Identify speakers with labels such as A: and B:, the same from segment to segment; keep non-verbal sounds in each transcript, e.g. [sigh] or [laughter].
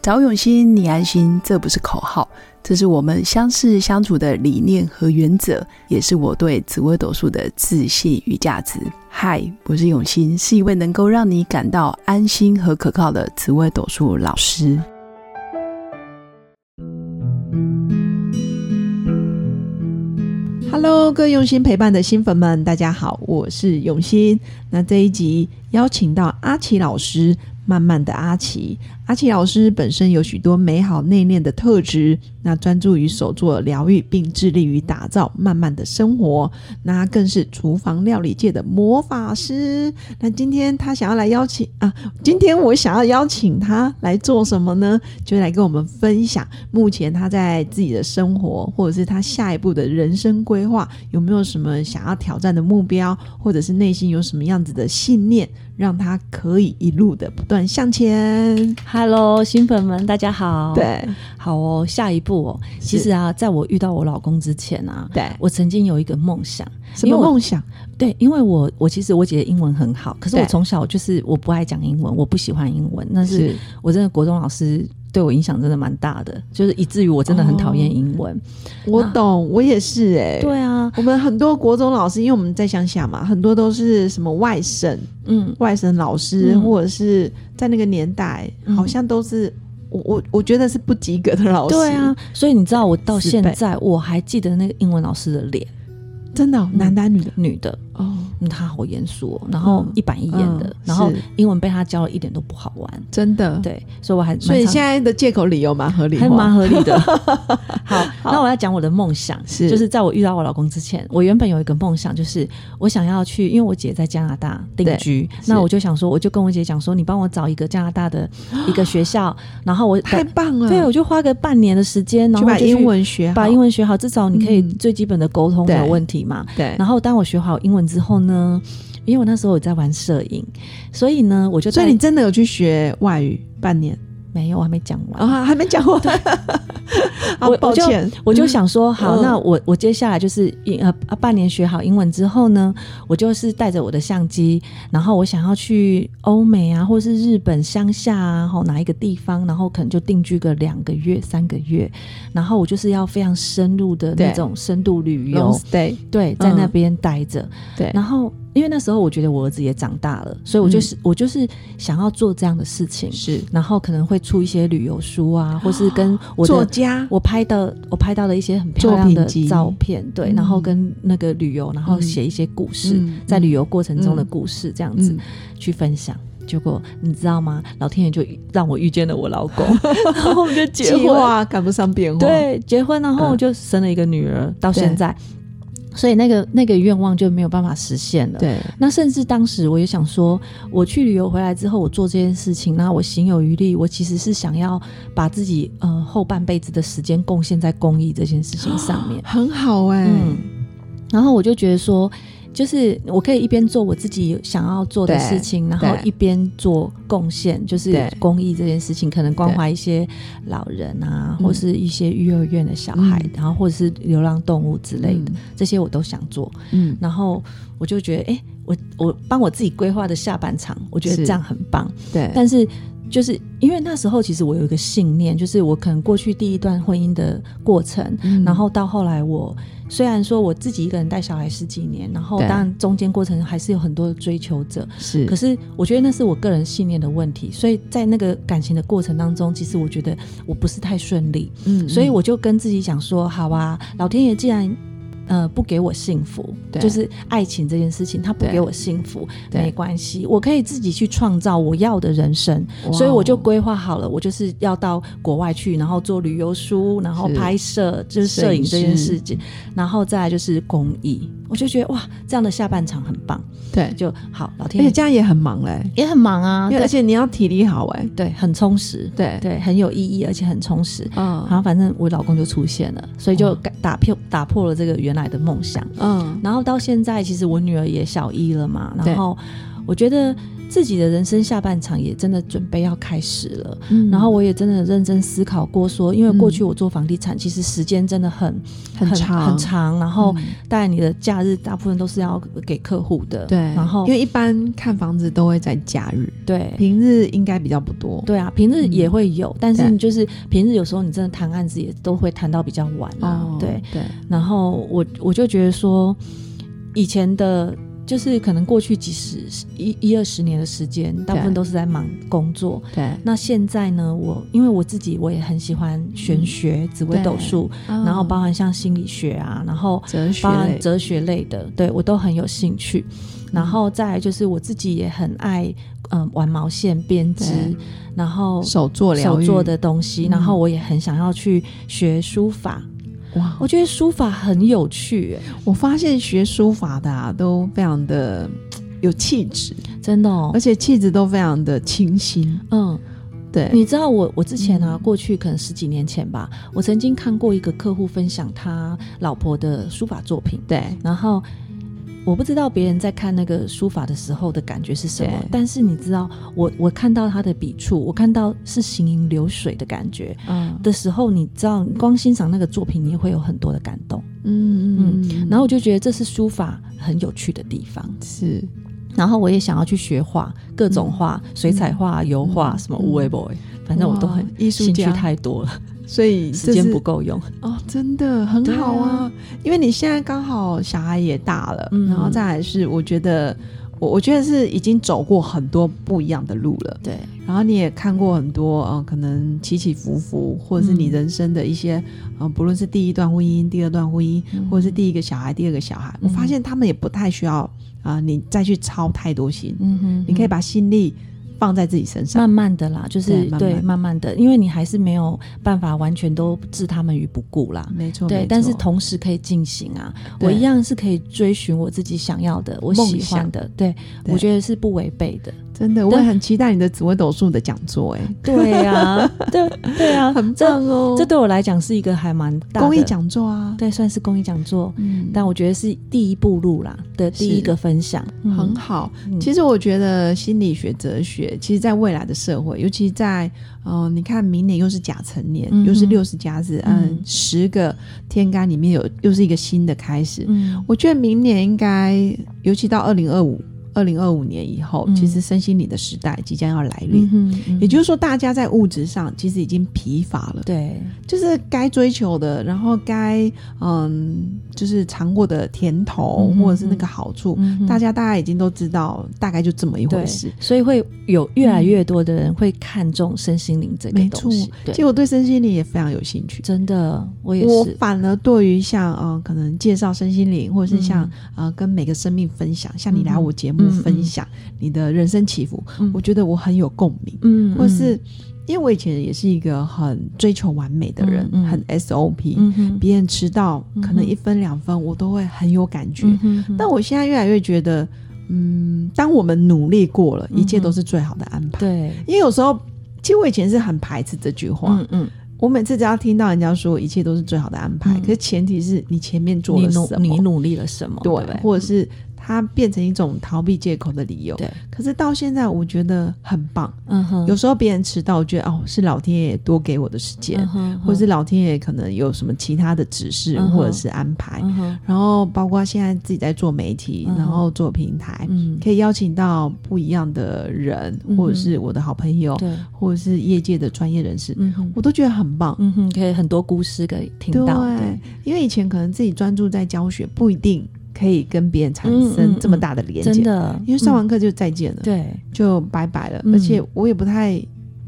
A: 找永新，你安心，这不是口号，这是我们相识相处的理念和原则，也是我对紫微斗数的自信与价值。嗨，我是永新，是一位能够让你感到安心和可靠的紫微斗数老师。
B: Hello，各位用心陪伴的新粉们，大家好，我是永新。那这一集邀请到阿奇老师，慢慢的阿奇。阿奇老师本身有许多美好内敛的特质，那专注于手作疗愈，并致力于打造慢慢的生活。那他更是厨房料理界的魔法师。那今天他想要来邀请啊，今天我想要邀请他来做什么呢？就来跟我们分享目前他在自己的生活，或者是他下一步的人生规划，有没有什么想要挑战的目标，或者是内心有什么样子的信念，让他可以一路的不断向前。
C: Hello，新粉们，大家好。，
B: 对
C: 好哦，下一步哦。其实啊，在我遇到我老公之前啊，
B: 对，
C: 我曾经有一个梦想。
B: 什么梦想？
C: 对，因为我我其实我姐姐英文很好，可是我
B: 对
C: 从小就是我不爱讲英文，我不喜欢英文，但是我真的国中老师对我影响真的蛮大的，就是以至于我真的很讨厌英文。
B: 我懂，我也是哎、
C: 对啊，
B: 我们很多国中老师，因为我们在乡下嘛，很多都是什么外省
C: 嗯，
B: 外省老师，
C: 嗯
B: 或者是在那个年代，
C: 嗯
B: 好像都是我我我觉得是不及格的老师。
C: 对啊，，所以你知道我到
B: 死
C: 现
B: 背
C: 在我还记得那个英文老师的脸，
B: 真的哦、
C: 嗯
B: 男的啊女的
C: 女的，
B: 哦，
C: 嗯，她好严肃、哦，然后
B: 嗯
C: 一板一眼的，
B: 嗯
C: 然后
B: 是
C: 英文被她教了一点都不好玩。
B: 真的。，
C: 对，所以我还
B: 嗯所以
C: 蛮常
B: 现在的借口理由蛮合理哦化，
C: 还蛮
B: [laughs]
C: 合理的。好，那我要讲我的梦想，
B: 是
C: 就是在我遇到我老公之前，我原本有一个梦想，就是我想要去，因为我姐在加拿大定居，
B: 是
C: 那我就想说，我就跟我姐讲说，你帮我找一个加拿大的一个学校，然后我
B: 太棒了。
C: 对，我就花个半年的时间，然
B: 去
C: 后
B: 把
C: 就去
B: 英文学好，
C: 把英文学好，至少你可以
B: 嗯
C: 最基本的沟通没有问题嘛。
B: 对，
C: 然后当我学好英文之后呢，因为我那时候有在玩摄影，所以呢，我就
B: 所
C: 在
B: 以你真的有去学外语半年
C: 没有，我还没讲完
B: 啊？还没讲 [laughs] 完，好
C: 我
B: 抱歉，
C: 我就想说，好，
B: 嗯
C: 那我我接下来就是英呃啊半年学好英文之后呢，我就是带着我的相机，然后我想要去欧美啊，或是日本乡下啊，吼哪一个地方，然后可能就定居个两个月、三个月，然后我就是要非常深入的
B: 对
C: 那种深度旅
B: long
C: 游，
B: stay，
C: 对，在那
B: 嗯
C: 边待着。
B: 对，
C: 然后因为那时候我觉得我儿子也长大了，所以我就是、我就是想要做这样的事情。
B: 嗯是
C: 然后可能会出一些旅游书啊，或是跟我的
B: 作家，
C: 我拍的我拍到了一些很漂亮
B: 作
C: 的
B: 品集
C: 照片，对，
B: 嗯
C: 然后跟那个旅游，然后
B: 嗯
C: 写一些故事，
B: 嗯
C: 在旅游过程中的故事这样子、
B: 嗯
C: 去分享。结果你知道吗？老天爷就让我遇见了我老
B: [laughs]
C: 公，然后我们就结
B: 计
C: 婚。
B: 划嗯赶不上变化，，
C: 对，结婚，然后我就生了一个女儿，到现在，所以那个那个愿望就没有办法实现了。
B: 对，。
C: 那甚至当时我也想说，我去旅游回来之后，我做这件事情，那我行有余力，我其实是想要把自己呃后半辈子的时间贡献在公益这件事情上面
B: [laughs] 很好哎、
C: 嗯，然后我就觉得说，就是我可以一边做我自己想要做的事情，然后一边做贡献，就是
B: 对
C: 公益这件事情，可能关怀一些老人啊，
B: 嗯
C: 或是一些育幼院的小孩，
B: 嗯
C: 然后或者是流浪动物之类的，这些我都想做。
B: 嗯，
C: 然后我就觉得，哎、我我帮我自己规划的下半场，我觉得
B: 是
C: 这样很棒。
B: 对，
C: 但是就是因为那时候，其实我有一个信念，就是我可能过去第一段婚姻的过程，
B: 嗯
C: 然后到后来我。虽然说我自己一个人带小孩十几年，然后
B: 对嗯
C: 当然中间过程还是有很多的追求者，
B: 是
C: 可是我觉得那是我个人信念的问题，所以在那个感情的过程当中，其实我觉得我不是太顺利，
B: 嗯
C: 所以我就跟自己讲说，好啊，老天爷既然呃不给我幸福，
B: 对
C: 就是爱情这件事情，他不
B: 对
C: 给我幸福，
B: 对
C: 没关系，我可以自己去创造我要的人生，
B: 嗯
C: 所以我
B: 哦
C: 就规划好了，我就是要到国外去，然后做旅游书，然后
B: 是
C: 拍摄，就是摄影这件事情，然后再来就是公益，我就觉得哇，这样的下半场很棒，
B: 对，而
C: 就好，老天
B: 且
C: 爷
B: 这样也很忙嘞、
C: 也很忙啊，
B: 因为
C: 对
B: 而且你要体力好哎、
C: 对，很充实，
B: 对
C: 对，很有意义，而且很充实。
B: 嗯
C: 然后反正我老公就出现了，所以
B: 哦
C: 就改打破打破了这个原来的梦想。
B: 嗯，
C: 然后到现在，其实我女儿也小一了嘛，
B: 对
C: 然后我觉得自己的人生下半场也真的准备要开始了。
B: 嗯
C: 然后我也真的认真思考过说，因为过去
B: 嗯
C: 我做房地产，其实时间真的很
B: 很长
C: 很长，然后
B: 嗯
C: 当然你的假日大部分都是要给客户的，
B: 对，
C: 然后
B: 因为一般看房子都会在假日，
C: 对。
B: 平日应该比较不多。
C: 对啊，平日也会有，但是
B: 嗯对
C: 你就是平日有时候你真的谈案子也都会谈到比较晚啊。
B: 哦，
C: 对，
B: 对，
C: 然后我我就觉得说，以前的就是可能过去几十一一二十年的时间，大部分
B: 对
C: 都是在忙工作，
B: 对，
C: 那现在呢，我因为我自己我也很喜欢玄学、紫微斗数，然
B: 然
C: 后包含像心理学啊，然后
B: 哲嗯学
C: 包含
B: 类
C: 哲学类的，对我都很有兴趣。
B: 嗯
C: 然后再来就是我自己也很爱，嗯，玩毛线编织
B: 对，
C: 然后
B: 手作疗
C: 手
B: 愈
C: 做的东西，
B: 嗯
C: 然后我也很想要去学书法。
B: 哇，
C: 我觉得书法很有趣、欸
B: 我发现学书法的啊，都非常的嗯有气质，
C: 真的哦
B: 嗯而。且气质都非常的清新。
C: 嗯，
B: 对，
C: 你知道我我之前啊，
B: 嗯
C: 过去可能十几年前吧，我曾经看过一个客户分享他老婆的书法作品，
B: 对
C: 然后我不知道别人在看那个书法的时候的感觉是什么
B: 对，
C: 但是你知道，我我看到他的笔触，我看到是行云流水的感觉
B: 嗯
C: 的时候，你知道，光欣赏那个作品，你会有很多的感动。
B: 嗯嗯，
C: 然后我就觉得这是书法很有趣的地方。
B: 是
C: 然后我也想要去学画，各种画，水彩画、油画，
B: 嗯
C: 什么
B: 嗯
C: 无为 boy，反正我都很
B: 哇艺术
C: 兴趣
B: 家
C: 太多 [laughs] 了，
B: 所以
C: 时
B: 这
C: 间
B: 是
C: 不够用。
B: 哦，真的很
C: 对啊
B: 好啊，因为你现在刚好小孩也大了，
C: 嗯
B: 然后再来是我觉得。我我觉得是已经走过很多不一样的路了，
C: [laughs] 对，
B: 然后你也看过很多呃，可能起起伏伏，或者是你
C: 嗯
B: 人生的一些、呃，不论是第一段婚姻、第二段婚姻，
C: 嗯
B: 或者是第一个小孩、第二个小孩，我发
C: 嗯
B: 现他们也不太需要啊、呃你再去操太多心，
C: 嗯哼
B: 你可以把心力放在自己身上。
C: 慢慢的啦，就是
B: 对慢慢
C: 对慢慢的，因为你还是没有办法完全都置他们于不顾啦。
B: 没错，没
C: 嗯对，
B: 错
C: 但是同时可以进行啊，
B: 对
C: 我一样是可以追寻我自己想要的，我
B: 梦
C: 喜欢
B: 想
C: 的，对
B: 对
C: 我觉得是不违背的。
B: 真的，我也很期待你的紫微斗数的讲座、哎，
C: [laughs] 对呀、对对 [laughs] 啊，
B: 很
C: 这
B: 棒哦，
C: 这对我来讲是一个还蛮大的
B: 公益，讲座啊，
C: 对，算是公益讲座，
B: 嗯
C: 但我觉得是第一步路啦的第一
B: 是
C: 个分享，嗯
B: 很好。
C: 嗯
B: 其实我觉得心理学、哲学，其实在未来的社会，尤其在嗯、呃你看明年又是甲辰年，
C: 嗯哼
B: 又是六十甲子，嗯
C: 嗯，
B: 十个天干里面有又是一个新的开始。
C: 嗯
B: 我觉得明年应该，尤其到二零二五、二零二五年以后，
C: 嗯
B: 其实身心灵的时代即将要来临。
C: 嗯哼嗯
B: 也就是说，大家在物质上其实已经疲乏了，
C: 对，
B: 就是该追求的，然后该嗯，就是尝过的甜头、
C: 嗯哼
B: 或者是那个好处，
C: 嗯哼
B: 大家大家已经都知道，大概就这么一回
C: 对
B: 事。，
C: 所以会有越来越多的人会看重身心灵这个
B: 没错
C: 东西。
B: 其实
C: 对，
B: 我对身心灵也非常有兴趣。
C: 真的，我也
B: 我
C: 是。
B: 反而对于像嗯、呃可能介绍身心灵，或者是像、呃，跟每个生命分享，像你来我节目
C: 嗯嗯
B: 分享你的人生起伏，
C: 嗯
B: 我觉得我很有共鸣。
C: 嗯，
B: 或是因为我以前也是一个很追求完美的人，
C: 嗯嗯
B: 很 SOP，、
C: 嗯哼，
B: 别人迟到
C: 嗯哼
B: 可能一分两分，我都会很有感觉。
C: 嗯哼哼
B: 但我现在越来越觉得，嗯，当我们努力过了，
C: 嗯哼
B: 一切都是最好的安排。
C: 对，
B: 因为有时候，其实我以前是很排斥这句话。
C: 嗯嗯，
B: 我每次只要听到人家说一切都是最好的安排，
C: 嗯
B: 可是前提是你前面做
C: 你
B: 了
C: 努
B: 什
C: 你
B: 么，
C: 努力了什么？
B: 对，
C: 不嗯
B: 或者是它变成一种逃避借口的理由。
C: 对，
B: 可是到现在，我觉得很棒。
C: 嗯哼，
B: 有时候别人迟到，我觉得哦，是老天爷多给我的时间，
C: 嗯哼，
B: 或是老天爷可能有什么其他的指示、
C: 嗯哼
B: 或者是安排。
C: 嗯哼，
B: 然后包括现在自己在做媒体，
C: 嗯哼
B: 然后做平台，
C: 嗯，
B: 可以邀请到不一样的人，
C: 嗯哼
B: 或者是我的好朋友，
C: 对，
B: 或者是业界的专业人士，
C: 嗯哼，
B: 我都觉得很棒。
C: 嗯哼，可以很多故事可以听到，对
B: 对，，因为以前可能自己专注在教学，不一定可以跟别人产
C: 嗯嗯
B: 生
C: 嗯
B: 这么大的连接，
C: 真的，
B: 因为上
C: 嗯
B: 完课就再见了，
C: 对
B: 就拜拜了，
C: 嗯
B: 而且我也不太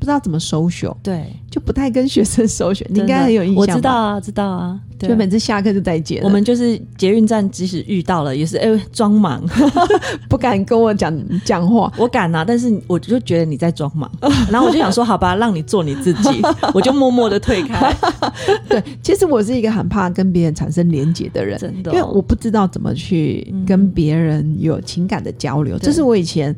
B: 不知道怎么 social。
C: 对，
B: 就不太跟学生首选，你应
C: [laughs] 真的
B: 该很有印象吧
C: 我知道，啊，知道啊，对
B: 就每次下课就再见了，
C: 我们就是捷运站，即使遇到了，也是哎装忙， [laughs]
B: 不敢跟我讲讲话。
C: 我敢啊，但是我就觉得你在装 [laughs] 忙，然后我就想说，好吧，让你做你自 [laughs] 己，我就默默的退开，
B: 对，其实我是一个很怕跟别人产生连结的人，
C: [laughs] 真的
B: 因
C: 哦、
B: 为我不知道怎么去跟别人有情感的交流，
C: 嗯对
B: 这是我以前。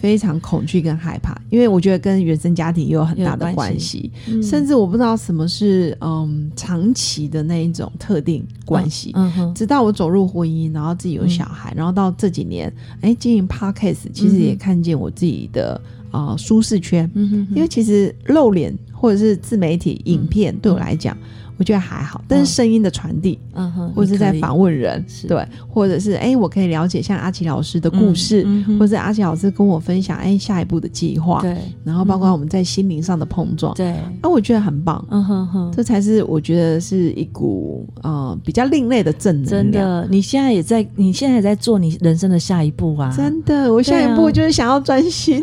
B: 非常恐惧跟害怕，因为我觉得跟原生家庭也有很大的
C: 有关
B: 关
C: 系
B: 系，
C: 嗯
B: 甚至我不知道什么是嗯长期的那一种特定关系。
C: 嗯哼，
B: 直到我走入婚姻，然后自己有小孩，然后到这几年，哎，经营 podcast，其实也
C: 嗯哼
B: 看见我自己的啊、呃舒适圈，
C: 嗯哼哼，
B: 因为其实露脸或者是自媒体影片对我来讲，我觉得还好，但是声音的传递，
C: 嗯哼，
B: 或者是在
C: 你可以
B: 访问人
C: 是，
B: 对，或者是哎、我可以了解像阿奇老师的
C: 嗯
B: 故事，
C: 嗯哼
B: 或者阿奇老师跟我分享哎、下一步的计划，
C: 对嗯
B: 然后包括我们在心灵上的碰撞，
C: 对，
B: 啊，我觉得很棒。
C: 嗯哼哼。
B: 这才是我觉得是一股呃比较另类的正
C: 真
B: 能量，
C: 的，你现在也在，你现在也在做你人生的下一步啊！
B: 真的。我下一
C: 对
B: 步
C: 啊
B: 就是想要专心，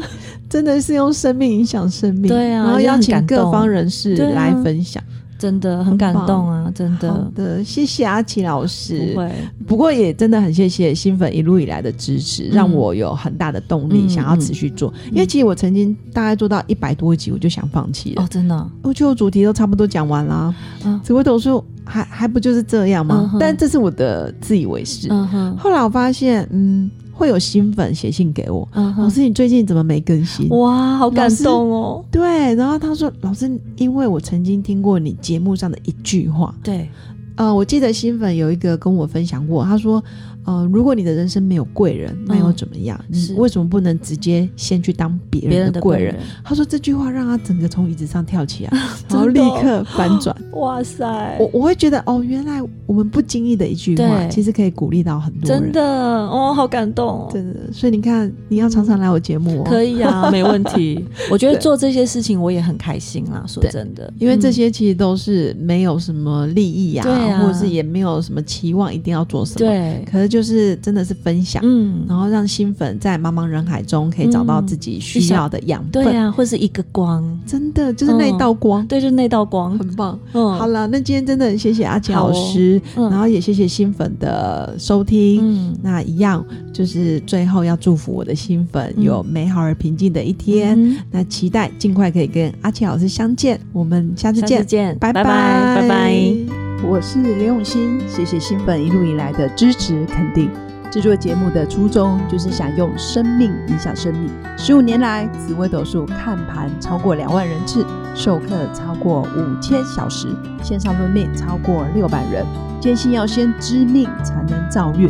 B: 真的是用生命影响生命，
C: 对啊
B: 然后
C: 就
B: 邀
C: 很
B: 请
C: 感
B: 各
C: 动
B: 方人士
C: 对啊
B: 来分享。
C: 真的很感动啊！真
B: 好
C: 的，
B: 的，谢谢阿奇老
C: 不
B: 师。
C: 会，
B: 不过也真的很谢谢新粉一路以来的支持，
C: 嗯
B: 让我有很大的动力
C: 嗯
B: 想要持续做。因为其实我曾经大概做到一百多集，我就想放弃了。
C: 哦，真的哦，
B: 我觉得我主题都差不多讲完啦，
C: 嗯
B: 紫微斗数还还不就是这样
C: 嗯
B: 吗？
C: 哼
B: 但这是我的自以为是。
C: 嗯哼，
B: 后来我发现，嗯，会有新粉写信给我，
C: 嗯
B: 老
C: 哼，
B: 师你最近怎么没更新？
C: 哇，好感
B: 老师
C: 动哦！
B: 对，然后他说：“老师，因为我曾经听过你节目上的一句话，
C: 对，
B: 呃，我记得新粉有一个跟我分享过，他说，呃，如果你的人生没有贵人，那又怎么样？
C: 嗯是
B: 你为什么不能直接先去当别
C: 别
B: 人
C: 人
B: 的
C: 的
B: 贵
C: 贵
B: 人？
C: 人，
B: 他说这句话让他整个从椅子上跳
C: [laughs]
B: 起来，然后
C: 真
B: 立
C: 的哦
B: 刻反
C: [laughs]
B: 转。
C: 哇塞
B: 我，我会觉得哦，原来我们不经意的一句话，
C: 对
B: 其实可以鼓励到很多人。
C: 真的哦，好感动哦！
B: 真的，所以你看，你要常常来我节目哦，
C: 可以啊， [laughs] 没问题。我觉得
B: 对
C: 做这些事情我也很开心啦，说
B: 对
C: 真的，
B: 因为这
C: 嗯
B: 些其实都是没有什么利益呀、
C: 对啊
B: 或者是也没有什么期望一定要做什么，，
C: 嗯对，
B: 可是就是真的是分享。
C: 嗯，
B: 然后让新粉在茫茫人海中可以找到自己需要的养分。
C: 对呀，啊或是一个光，
B: 真的就是那一道光，
C: 对，就是那道光，
B: 很棒。
C: 嗯，
B: 好了，那今天真的很谢谢阿杰
C: 好哦
B: 老师，
C: 嗯
B: 然后也谢谢新粉的收听。
C: 嗯，
B: 那一样就是最后要祝福我的新粉、
C: 嗯
B: 有美好而平静的一天。
C: 嗯
B: 那期待尽快可以跟阿奇老师相见，我们下次
C: 下次
B: 见，
C: 见，
B: 拜
C: 拜
B: 拜
C: 拜拜。
A: 我是刘永新，谢谢新粉一路以来的支持肯定。制作节目的初衷就是想用生命影响生命。十五年来，紫微斗数看盘超过两万人次，授课超过五千小时，线上论命超过六百人。坚信要先知命才能造运，